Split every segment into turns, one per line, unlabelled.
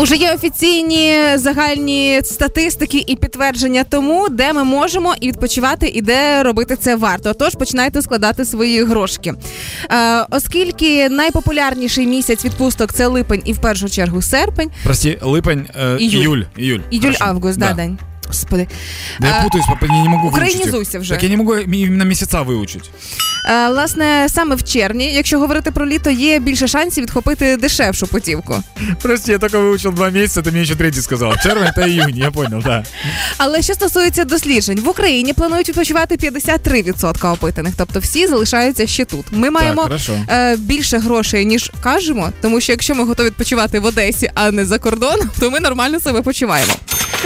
Уже є офіційні загальні статистики і підтвердження тому, де ми можемо і відпочивати, і де робити це варто. Тож починайте складати свої грошки. Е, оскільки найпопулярніший місяць відпусток це липень і в першу чергу серпень,
Прости, липень, э,
Июль.
июль. Июль. Хорошо.
Июль-август, да, Дань. Господи.
Да я
А,
путаюсь, папа, я не могу выучить их.
Українізуйся вже.
Так я не могу именно месяца выучить.
Е, Власне, саме в червні, якщо говорити про літо, є більше шансів відхопити дешевшу путівку.
Прости, я только выучил два месяца, ты мне еще третий сказал. Червень это июнь, я понял, да.
Але що стосується досліджень, в Україні планують відпочивати 53% опитаних, тобто всі залишаються ще тут. Ми маємо
хорошо.
е, більше грошей ніж кажемо, тому що якщо ми готові відпочивати в Одесі, а не за кордоном, то ми нормально себе почуваємо.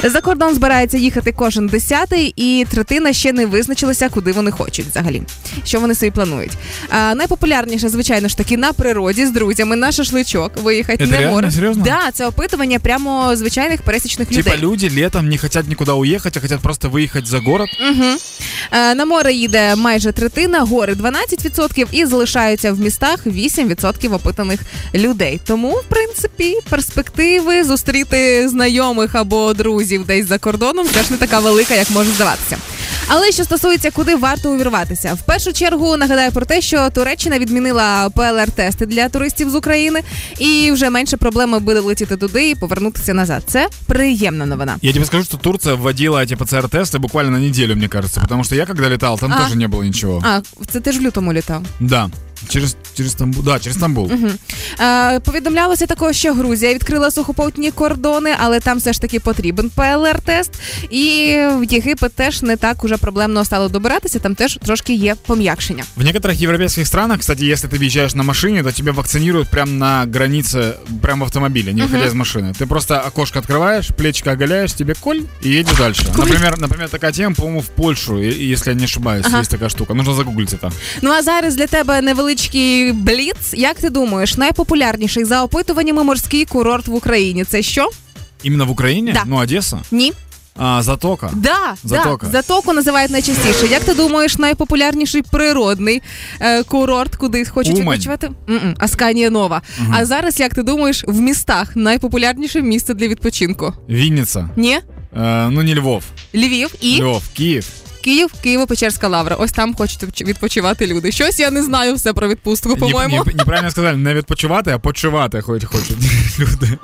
За кордон збирається їхати кожен десятий, і третина ще не визначилася, куди вони хочуть взагалі. Що вони собі планують? А, найпопулярніше, звичайно ж таки, на природі з друзями на шашличок виїхати
Це
не
реально?
може.
Серйозно?
Да, це опитування прямо звичайних пересічних
Типа
людей.
люди летом не хотят никуда уехать, а хотят просто выехать за город.
Угу. Е, на море їде майже третина, гори 12% і залишаються в містах 8% опитаних людей. Тому, в принципі, перспективи зустріти знайомих або друзів десь за кордоном теж не така велика, як може здаватися. Але що стосується, куди варто увірватися, в першу чергу нагадаю про те, що Туреччина відмінила ПЛР-тести для туристів з України, і вже менше проблеми буде летіти туди і повернутися назад. Це приємна новина.
Я тебе скажу, что Турция вводила эти ПЦР-тесты буквально на неделю, мне кажется. Потому что я когда летал, там
А.
тоже не было ничего.
А це ти ж в лютому літав.
Да. Через, через Стамбул. Да, через Стамбул.
Е, повідомлялося також, що Грузія відкрила сухопутні кордони, але там все ж таки потрібен ПЛР-тест. І в Єгипет теж не так уже проблемно стало добиратися. Там теж трошки є пом'якшення.
В некоторых европейских странах, кстати, если ты въезжаешь на машине, то тебя вакцинируют прямо на границе, прямо в автомобиле, не выходя из машины. Ты просто окошко открываешь, плечико оголяешь, тебе коль и едешь дальше. Например, например, такая тема, по-моему, в Польшу, и- и если я не ошибаюсь,
Ага.
есть такая штука. Нужно загуглить это.
Ну а зараз для тебе невеличкий бліц. Як ти думаєш, найпопулярніший за опитуваннями морський курорт в Україні? Це що?
Именно в Украине?
Да.
Ну, Одесса.
Ні?
А, Затока.
Да,
Затока.
да, затоку називають найчастіше. Як ти думаєш, найпопулярніший природний е, курорт, куди хочуть
Умань.
відпочивати? М-м, Асканія Нова. А зараз, як ти думаєш, в містах найпопулярніше місце для відпочинку?
Винница.
Ні?
Э, ну, не Львов.
Львів і
Львов. Киев.
Київ, Києво-Печерська лавра. Ось там хочуть відпоч- відпочивати люди. Щось я не знаю все про відпустку,
Не-
по-моєму.
не- неправильно сказали. Не відпочивати, а почивати хоть хочуть люди.